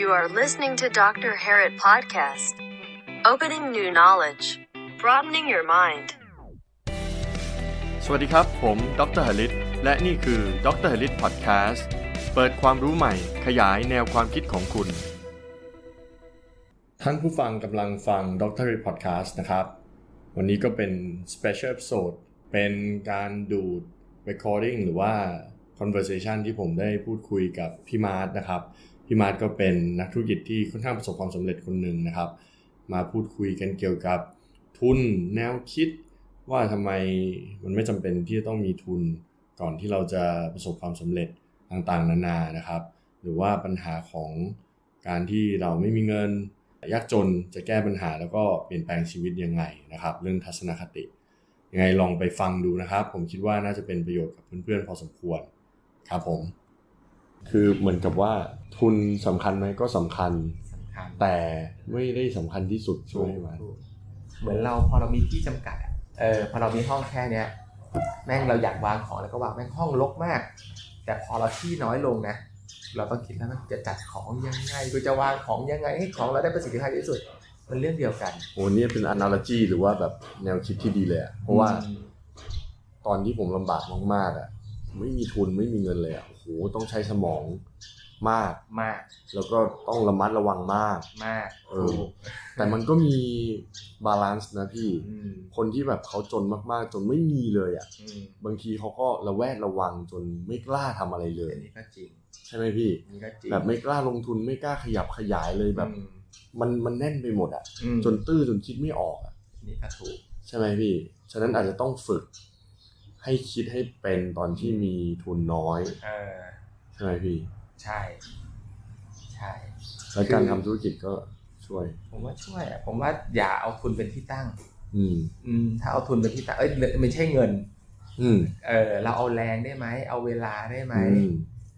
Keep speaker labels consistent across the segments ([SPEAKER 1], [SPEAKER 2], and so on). [SPEAKER 1] You are listening to Dr. Harrit Podcast. Opening new knowledge. Broadening your mind.
[SPEAKER 2] สวัสดีครับ ผมดรหลิต และนี่คือดรหลิตพอดแคสต์ เปิดความรู้ใหม่ ขยายแนวความคิดของคุณ ท่านผู้ฟังกำลังฟังดรหลิตพอดแคสต์นะครับ วันนี้ก็เป็นสเปเชียล p i s o d ดเป็นการดูด Recording หรือว่า Conversation ที่ผมได้พูดคุยกับพี่มาร์ทนะครับ พี่มาร์ทก็เป็นนักธุรกิจที่ค่อนข้างประสบความสำเร็จคนหนึ่งนะครับ มาพูดคุยกันเกี่ยวกับทุนแนวคิด ว่าทำไมมันไม่จำเป็นที่จะต้องมีทุนก่อนที่เราจะประสบความสำเร็จต่างๆ นานานะครับ หรือว่าปัญหาของการที่เราไม่มีเงิน ยากจนจะแก้ปัญหาแล้วก็เปลี่ยนแปลงชีวิตยังไงนะครับ เรื่องทัศนคติยังไงลองไปฟังดูนะครับ ผมคิดว่าน่าจะเป็นประโยชน์กับเพื่อนๆ พอสมควรครับผม คือเหมือนกับว่าทุนสำคัญไหมก็สำคัญ
[SPEAKER 3] สำคัญ
[SPEAKER 2] แต่ไม่ได้สำคัญที่สุดใช่
[SPEAKER 3] ถู
[SPEAKER 2] ไห
[SPEAKER 3] ก
[SPEAKER 2] มมัน
[SPEAKER 3] ถูกเหมือนเราพอเรามีที่จำกัดอะเออพอเรามีห้องแค่เนี้ยแม่งเราอยากวางของแล้วก็วางแม่งห้องรกมาก แต่พอเราที่น้อยลงนะ เราต้องคิดแล้วมันจะจัดของยังไงกูจะวางของยังไงให้ของเราได้ประสิทธิภาพที่สุด มันเรื่องเดียวกัน
[SPEAKER 2] โอ้นี่เป็น analogy หรือว่าแบบแนวคิดที่ดีเลยอะเพราะว่าตอนที่ผมลำบากมากๆอะไม่มีทุนไม่มีเงินเลยอะโอ้โหต้องใช้สมองมาก
[SPEAKER 3] มาก
[SPEAKER 2] แล้วก็ต้องระมัดระวังมาก
[SPEAKER 3] มาก
[SPEAKER 2] เออ
[SPEAKER 3] ถูก
[SPEAKER 2] แต่มันก็มีบาลานซ์นะพี่
[SPEAKER 3] อืม
[SPEAKER 2] คนที่แบบเขาจนมากๆ จนไม่มีเลยอะ
[SPEAKER 3] อืม
[SPEAKER 2] บางทีเขาก็ระแวดระวังจนไม่กล้าทำอะไรเลย
[SPEAKER 3] อันนี้ก็จริง
[SPEAKER 2] ใช่ไหมพี่
[SPEAKER 3] อันนี้ก็จริง
[SPEAKER 2] แบบไม่กล้าลงทุนไม่กล้าขยับขยายเลยแบบ
[SPEAKER 3] อืม
[SPEAKER 2] มันมันแน่นไปหมดอะ
[SPEAKER 3] อืม
[SPEAKER 2] จนตื้อจนคิดไม่ออกอะ
[SPEAKER 3] อันนี่ก็ถูก
[SPEAKER 2] ใช่ไหมพี่ ฉะนั้นอาจจะต้องฝึกให้คิดให้เป็นตอนที่มีทุนน้อย
[SPEAKER 3] เออ
[SPEAKER 2] ใช่ไหมพี่
[SPEAKER 3] ใช่ ใช่
[SPEAKER 2] และการทำธุรกิจก็ช่วย
[SPEAKER 3] ผมว่าช่วยอะผมว่าอย่าเอาทุนเป็นที่ตั้ง
[SPEAKER 2] อืม
[SPEAKER 3] อืมถ้าเอาทุนไปที่ตาเอ้ยไม่ใช่เงิน
[SPEAKER 2] อืม
[SPEAKER 3] เออเราเอาแรงได้ไหม เอาเวลาได้ไหม
[SPEAKER 2] อืม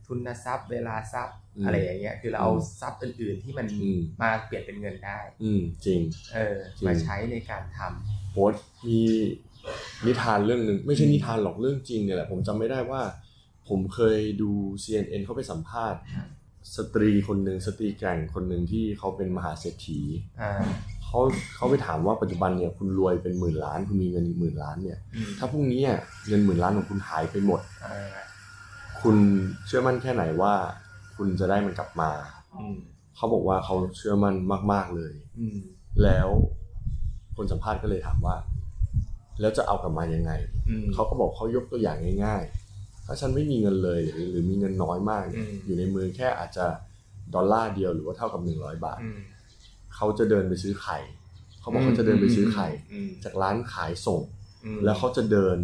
[SPEAKER 3] ทุนทรัพย์ เวลาทรัพย์
[SPEAKER 2] อืม
[SPEAKER 3] อะไรอย่างเงี้ย คือเราเอาทรัพย์อื่น ๆ ที่มัน
[SPEAKER 2] อืม
[SPEAKER 3] มาเปลี่ยนเป็นเงินได้
[SPEAKER 2] อืมจริง
[SPEAKER 3] เออ
[SPEAKER 2] จริง
[SPEAKER 3] มาใช้ในการทำ
[SPEAKER 2] โพสต์มีนิทานเรื่องหนึ่งไม่ใช่นิทานหรอกเรื่องจริงเนี่ยแหละ ผมจำไม่ได้ว่า ผมเคยดู CNN เขาไปสัมภาษณ์ สตรีคนหนึ่งสตรีแกร่งคนหนึ่งที่เขาเป็นมหาเศรษฐี
[SPEAKER 3] อ่า
[SPEAKER 2] เขาเขาไปถามว่าปัจจุบันเนี่ยคุณรวยเป็นหมื่นล้านคุณมีเงินหมื่นล้านเนี่ย
[SPEAKER 3] อืม
[SPEAKER 2] ถ้าพรุ่งนี้อะเงินหมื่นล้านของคุณหายไปหมด
[SPEAKER 3] เออ
[SPEAKER 2] คุณเชื่อมั่นแค่ไหนว่าคุณจะได้มันกลับมา
[SPEAKER 3] อืม
[SPEAKER 2] เขาบอกว่าเขาเชื่อมั่นมาก ๆเลย
[SPEAKER 3] อืม
[SPEAKER 2] แล้วคนสัมภาษณ์ก็เลยถามว่า แล้วจะเอากลับมายังไง
[SPEAKER 3] อืม
[SPEAKER 2] เขาก็บอกเขายกตัวอย่างง่ายๆ ถ้าฉันไม่มีเงินเลยหรือหรือมีเงินน้อยมากเนี่ย
[SPEAKER 3] อืม
[SPEAKER 2] อยู่ในมือแค่อาจจะดอลลาร์เดียวหรือว่าเท่ากับ 100 บาท
[SPEAKER 3] อืม
[SPEAKER 2] เขาจะเดินไปซื้อไข่เขาบอกเขาจะเดินไปซื้อไข่
[SPEAKER 3] อืม
[SPEAKER 2] จากร้านขายส่ง
[SPEAKER 3] อืม
[SPEAKER 2] แล้วเขาจะเดิน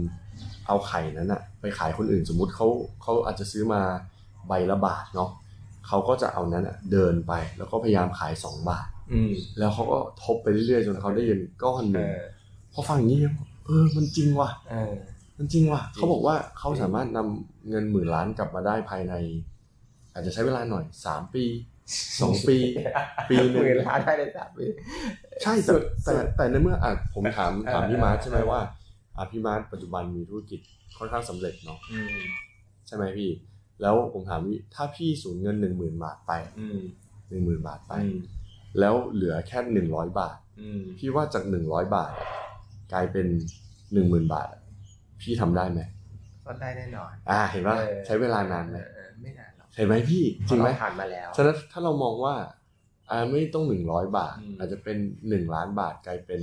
[SPEAKER 2] เอาไข่นั้นอะไปขายคนอื่นสมมุติเขาเขาอาจจะซื้อมาใบละบาทเนาะเขาก็จะเอานั้นอะเดินไปแล้วก็พยายามขาย 2 บาท
[SPEAKER 3] อืม
[SPEAKER 2] แล้วเขาก็ทบไปเรื่อยๆจนเขาได้เงินก้อนห
[SPEAKER 3] เอ
[SPEAKER 2] นึ่ง
[SPEAKER 3] อ
[SPEAKER 2] พอฟังอย่างนี้แล้วเออมันจริงว่ะ
[SPEAKER 3] เออ
[SPEAKER 2] มันจริงว่ะ
[SPEAKER 3] จริง
[SPEAKER 2] เขาบอกว่าเขาสามารถนำเงินหมื่นล้านกลับมาได้ภายใน อาจจะใช้เวลาหน่อย 3 ปี 2 ปี ปีหนึ่ง
[SPEAKER 3] หมื่นล้านได้เลยสามปี
[SPEAKER 2] ใช่
[SPEAKER 3] สุ
[SPEAKER 2] แต่
[SPEAKER 3] ด
[SPEAKER 2] แต่แต่ในเมื่ออ่ะผมถาม
[SPEAKER 3] เออ
[SPEAKER 2] ถามพี่มาร์ทใช่ไหม
[SPEAKER 3] เออ
[SPEAKER 2] ว่าอ่ะพี่มาร์ทปัจจุบันมีธุรกิจค่อนข้างสำเร็จเนาะ
[SPEAKER 3] อืม
[SPEAKER 2] ใช่ไหมพี่ แล้วผมถามพี่ถ้าพี่สูญเงินหนึ่งหมื่นบาทไป
[SPEAKER 3] อืม
[SPEAKER 2] หนึ่งหมื่นบาทไป
[SPEAKER 3] อืม
[SPEAKER 2] แล้วเหลือแค่หนึ่งร้อยบาท
[SPEAKER 3] อืม
[SPEAKER 2] พี่ว่าจากหนึ่งร้อยบาทอะกลายเป็นหนึ่งหมื่นบาทอะพี่ทำได้ไหม
[SPEAKER 3] ก็ได้แน่นอน
[SPEAKER 2] อ่าเห็นว่า
[SPEAKER 3] ออ
[SPEAKER 2] ใช้เวลานานไหม
[SPEAKER 3] เออไม่นานหรอก
[SPEAKER 2] เห็นไหมพี่จริงไหม
[SPEAKER 3] เพาเาผ่านมาแล้ว
[SPEAKER 2] ฉะนั้นถ้าเรามองว่าอ่าไม่ต้องหนึ่งร้อยบาท
[SPEAKER 3] อืม
[SPEAKER 2] อาจจะเป็นหนึ่งล้านบาทกลายเป็น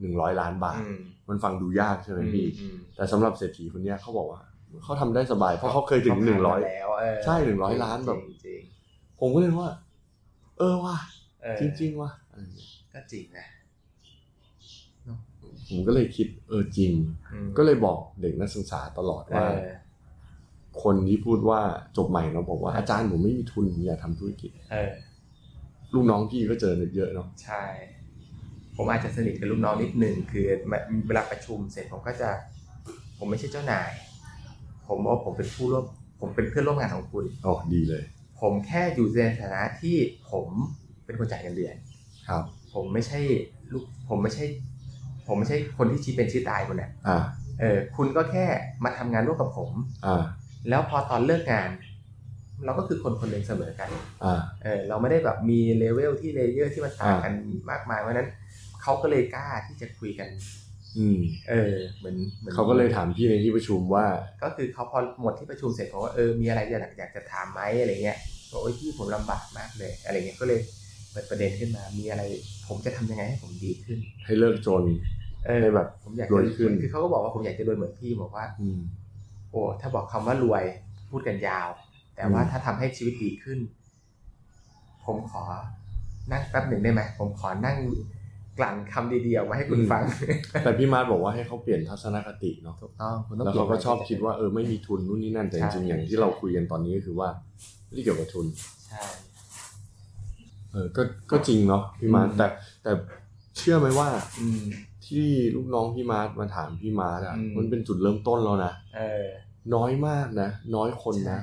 [SPEAKER 2] หนึ่งร้อยล้านบาท
[SPEAKER 3] อืม
[SPEAKER 2] มันฟังดูยากใช่ไหมพี่
[SPEAKER 3] อืม
[SPEAKER 2] แต่สำหรับเศรษฐีคนเนี้ยเขาบอกว่าเขาทำได้สบายเพราะเขาเคยถึงหนึ่งร้อย
[SPEAKER 3] เขาผ่ามาแล้วเออ
[SPEAKER 2] ใช่100ล้านแบบ
[SPEAKER 3] จริง
[SPEAKER 2] ผมก็เลยว่า เออว่ะ
[SPEAKER 3] ๆเออ
[SPEAKER 2] จริง ๆ ว่ะอะไรเงี้ย
[SPEAKER 3] ก็จริงนะ
[SPEAKER 2] ผมก็เลยคิดเออจริง
[SPEAKER 3] อืม
[SPEAKER 2] ก็เลยบอกเด็กนักศึกษาตลอด
[SPEAKER 3] เอ
[SPEAKER 2] ว่า
[SPEAKER 3] อ
[SPEAKER 2] คนที่พูดว่าจบใหม่เนาะบอกว่าอาจารย์ผมไม่มีทุนผมอยากทำธุรกิจ
[SPEAKER 3] เออ
[SPEAKER 2] ลูกน้องพี่ก็เจอเยอะเนาะ
[SPEAKER 3] ใช่ ผมอาจจะสนิทกับลูกน้องนิดนึงคือเวลาประชุมเสร็จผมก็จะ ผมไม่ใช่เจ้านาย ผมว่าผมเป็นผู้ร่วม ผมเป็นเพื่อนร่วมงานของคุณ
[SPEAKER 2] อ๋อดีเลย
[SPEAKER 3] ผมแค่อยู่ในฐานะที่ผมเป็นคนจ่ายเงินเดือน
[SPEAKER 2] ครับ
[SPEAKER 3] ผมไม่ใช่ลูกผมไม่ใช่ ผมไม่ใช่คนที่ชี้เป็นชี้ตายคุณนะ
[SPEAKER 2] อ่า
[SPEAKER 3] เออคุณก็แค่มาทำงานร่วมกับผม
[SPEAKER 2] อ่า
[SPEAKER 3] แล้วพอตอนเลิกงาน เราก็คือคนคนหนึ่งเสมอกัน
[SPEAKER 2] อ่า
[SPEAKER 3] เออเราไม่ได้แบบมีเลเวลที่เลเยอร์ที่มันต่างกันมากมายเพราะฉะนั้นเขาก็เลยกล้าที่จะคุยกัน
[SPEAKER 2] อืม
[SPEAKER 3] เออเหมือนหมือน
[SPEAKER 2] เขาก็เลยถามพี่ในที่ประชุมว่า
[SPEAKER 3] ก็คือเขาพอหมดที่ประชุมเสร็จเขาว่าเออมีอะไรอยากอยากจะถามไหมอะไรเงี้ยบอกโอ้ยพี่ผมลำบากมากเลยอะไรเงี้ยก็เลยเปิดประเด็นขึ้นมามีอะไร ผมจะทำยังไงให้ผมดีขึ้น
[SPEAKER 2] ให้เลิกจน
[SPEAKER 3] เออ
[SPEAKER 2] ให้แบบ
[SPEAKER 3] ผมอยาก
[SPEAKER 2] ร
[SPEAKER 3] จะ
[SPEAKER 2] วยขึ้น
[SPEAKER 3] คือเขาก็บอกว่าผมอยากจะรวยเหมือนพี่บอกว่า
[SPEAKER 2] อืม
[SPEAKER 3] โอ้ถ้าบอกคำว่ารวยพูดกันยาว แต่ว่า
[SPEAKER 2] อืม
[SPEAKER 3] ถ้าทำให้ชีวิตดีขึ้น ผมขอนั่งแป๊บหนึ่งได้ไหมผมขอนั่งกลั่นคำดีๆออกมาให้คุณฟัง
[SPEAKER 2] แต่พี่มาร์ทบอกว่าให้เขาเปลี่ยนทัศนคติเนาะ
[SPEAKER 3] ถูก ต้องคุณต้อง
[SPEAKER 2] แล้ว
[SPEAKER 3] ปย
[SPEAKER 2] เขา
[SPEAKER 3] น
[SPEAKER 2] ก็ชอบคิดว่าเออไม่มีทุนนู่นนี่นั่นแต่จ
[SPEAKER 3] ใช่
[SPEAKER 2] ริงๆอย่างที่เราคุยกันตอนนี้ก็คือว่าไม่ได้เกี่ยวกับทุน
[SPEAKER 3] ใช่
[SPEAKER 2] เออก็ก็จริงเนาะพี่มาร์ท
[SPEAKER 3] อืม
[SPEAKER 2] แต่แต่เชื่อไหมว่า
[SPEAKER 3] อืม
[SPEAKER 2] ที่ลูกน้องพี่มาร์ทมาถามพี่มาร์ทอ่ะ
[SPEAKER 3] อืม
[SPEAKER 2] มันเป็นจุดเริ่มต้นแล้วนะ
[SPEAKER 3] เออ
[SPEAKER 2] น้อยมากนะ น้อยคนนะ
[SPEAKER 3] ใช่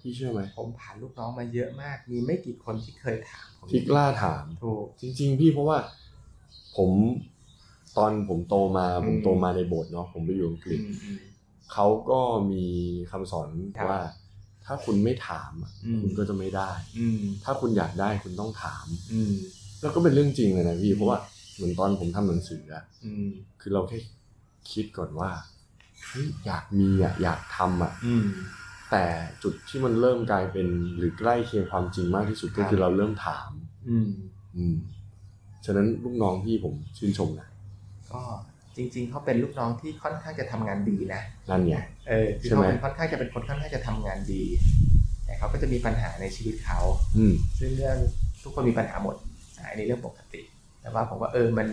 [SPEAKER 2] พี่เชื่อไหม
[SPEAKER 3] ผมผ่านลูกน้องมาเยอะมาก มีไม่กี่คนที่เคยถามผม
[SPEAKER 2] พี่กล้าถาม
[SPEAKER 3] ถูก
[SPEAKER 2] จริงๆ พี่เพราะว่าผมตอนผมโตมา
[SPEAKER 3] อืม
[SPEAKER 2] ผมโตมาในโบสถ์เนาะผมไปอยู่อังกฤ
[SPEAKER 3] อื
[SPEAKER 2] ษ
[SPEAKER 3] มอืม
[SPEAKER 2] เขาก็มีคำสอน
[SPEAKER 3] ครับ
[SPEAKER 2] ว่า ถ้าคุณไม่ถามอะ
[SPEAKER 3] อืม
[SPEAKER 2] คุณก็จะไม่ได้
[SPEAKER 3] อืม
[SPEAKER 2] ถ้าคุณอยากได้คุณต้องถาม
[SPEAKER 3] อืม
[SPEAKER 2] แล้วก็เป็นเรื่องจริงเลยนะพี่เพราะว่าเหมือนตอนผมทำหนังสืออะ
[SPEAKER 3] อืม
[SPEAKER 2] คือเราแค่คิดก่อนว่าเฮ้ยอยากมีอะอยากทำอะ
[SPEAKER 3] อืม
[SPEAKER 2] แต่จุดที่มันเริ่มกลายเป็นหรือใกล้เคียงความจริงมากที่สุดก็
[SPEAKER 3] ครับ
[SPEAKER 2] คือเราเริ่มถาม
[SPEAKER 3] อืม
[SPEAKER 2] อืม ฉะนั้นลูกน้องพี่ผมชื่นชมนะ
[SPEAKER 3] ก็จริง ๆเขาเป็นลูกน้องที่ค่อนข้างจะทำงานดีนะ
[SPEAKER 2] นั่นไง
[SPEAKER 3] เออคือ
[SPEAKER 2] ใช่ไห
[SPEAKER 3] เขา
[SPEAKER 2] ม
[SPEAKER 3] เป็นค่อนข้างจะเป็นคนค่อนข้างจะทำงานดี แต่เขาก็จะมีปัญหาในชีวิตเขา
[SPEAKER 2] อืม
[SPEAKER 3] ซึ่งเรื่องทุกคนมีปัญหาหมดอ่าอันนี้เรื่องปกติ แต่ว่าผมว่าเออมัน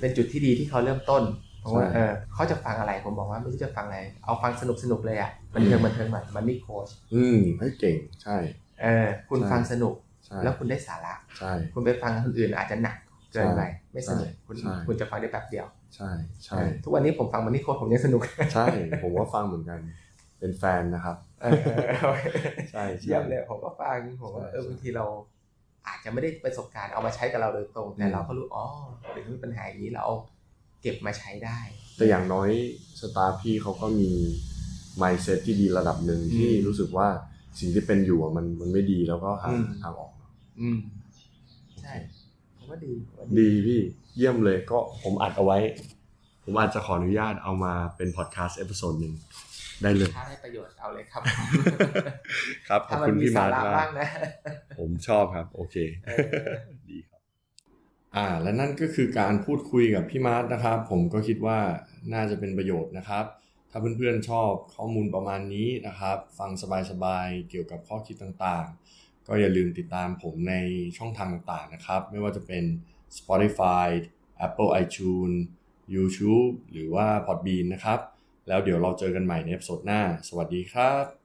[SPEAKER 3] เป็นจุดที่ดีที่เขาเริ่มต้นเพราะว่า
[SPEAKER 2] ใช่
[SPEAKER 3] เออเขาจะฟังอะไรผมบอกว่าไม่รู้จะฟังอะไร เอาฟังสนุกสนุกๆเลยอ่ะมันเทิงมันเทิงหน่อยมันนี่โค้ช
[SPEAKER 2] อืมเฮ้ยเก่ง ใช่
[SPEAKER 3] เออคุณ
[SPEAKER 2] ใช่
[SPEAKER 3] ฟังสนุก
[SPEAKER 2] ใช่
[SPEAKER 3] แล้วคุณได้สาระ
[SPEAKER 2] ใช่
[SPEAKER 3] คุณไปฟังคนอื่นอาจจะหนักเกินไปไม่สนุก
[SPEAKER 2] ใช่
[SPEAKER 3] คุณ
[SPEAKER 2] ใช่
[SPEAKER 3] คุณจะฟังได้แป๊บเดียว
[SPEAKER 2] ใช่ใช่
[SPEAKER 3] เออทุกวันนี้ผมฟังมันนี่โค้ชผมยังสนุก
[SPEAKER 2] ใช่ ผมว่าฟังเหมือนกัน เป็นแฟนนะครับ
[SPEAKER 3] เออเออ
[SPEAKER 2] ใช่ใช่
[SPEAKER 3] เยี่ยมเลยผมก็ฟังผมว่า
[SPEAKER 2] ใช่
[SPEAKER 3] เออ
[SPEAKER 2] ใช่
[SPEAKER 3] บางทีเรา อาจจะไม่ได้ประสบการณ์เอามาใช้กับเราโดยตรง แต่เราก็รู้อ๋อหรือมีปัญหาอย่างนี้เราเอาเก็บมาใช้ได้
[SPEAKER 2] แต่อย่างน้อยสตาฟพี่เขาก็มี mindset ที่ดีระดับหนึ่งที่
[SPEAKER 3] อืม
[SPEAKER 2] รู้สึกว่าสิ่งที่เป็นอยู่อะมันมันไม่ดีแล้วก็หา
[SPEAKER 3] อืม
[SPEAKER 2] ทางออก
[SPEAKER 3] อืม ใช่ผมว่าดีผมว่า
[SPEAKER 2] ดีพี่เยี่ยมเลยก็ผมอัดเอาไว้ ผมอาจจะขออนุญาตเอามาเป็นพอดแคสต์เอพิโซดหนึ่งได้เลย
[SPEAKER 3] ถ้าได้ประโยชน์เอาเลยครับ
[SPEAKER 2] ครับ ขอ
[SPEAKER 3] ถ้า
[SPEAKER 2] บ
[SPEAKER 3] มัน
[SPEAKER 2] คุณ
[SPEAKER 3] มี
[SPEAKER 2] พี่
[SPEAKER 3] สา
[SPEAKER 2] มาร์ท
[SPEAKER 3] ระ
[SPEAKER 2] มา
[SPEAKER 3] บ้าก งนะ
[SPEAKER 2] ผมชอบครับ โอเค
[SPEAKER 3] เออ
[SPEAKER 2] ดีครับ อ่า และนั่นก็คือการพูดคุยกับพี่มาร์ทนะครับ ผมก็คิดว่าน่าจะเป็นประโยชน์นะครับ ถ้าเพื่อนๆชอบข้อมูลประมาณนี้นะครับ ฟังสบายๆ เกี่ยวกับข้อคิดต่างๆ ก็อย่าลืมติดตามผมในช่องทางต่างๆนะครับ ไม่ว่าจะเป็น Spotify Apple iTunes YouTube หรือว่า Podbean นะครับ แล้วเดี๋ยวเราเจอกันใหม่ในเอพิโซดหน้า สวัสดีครับ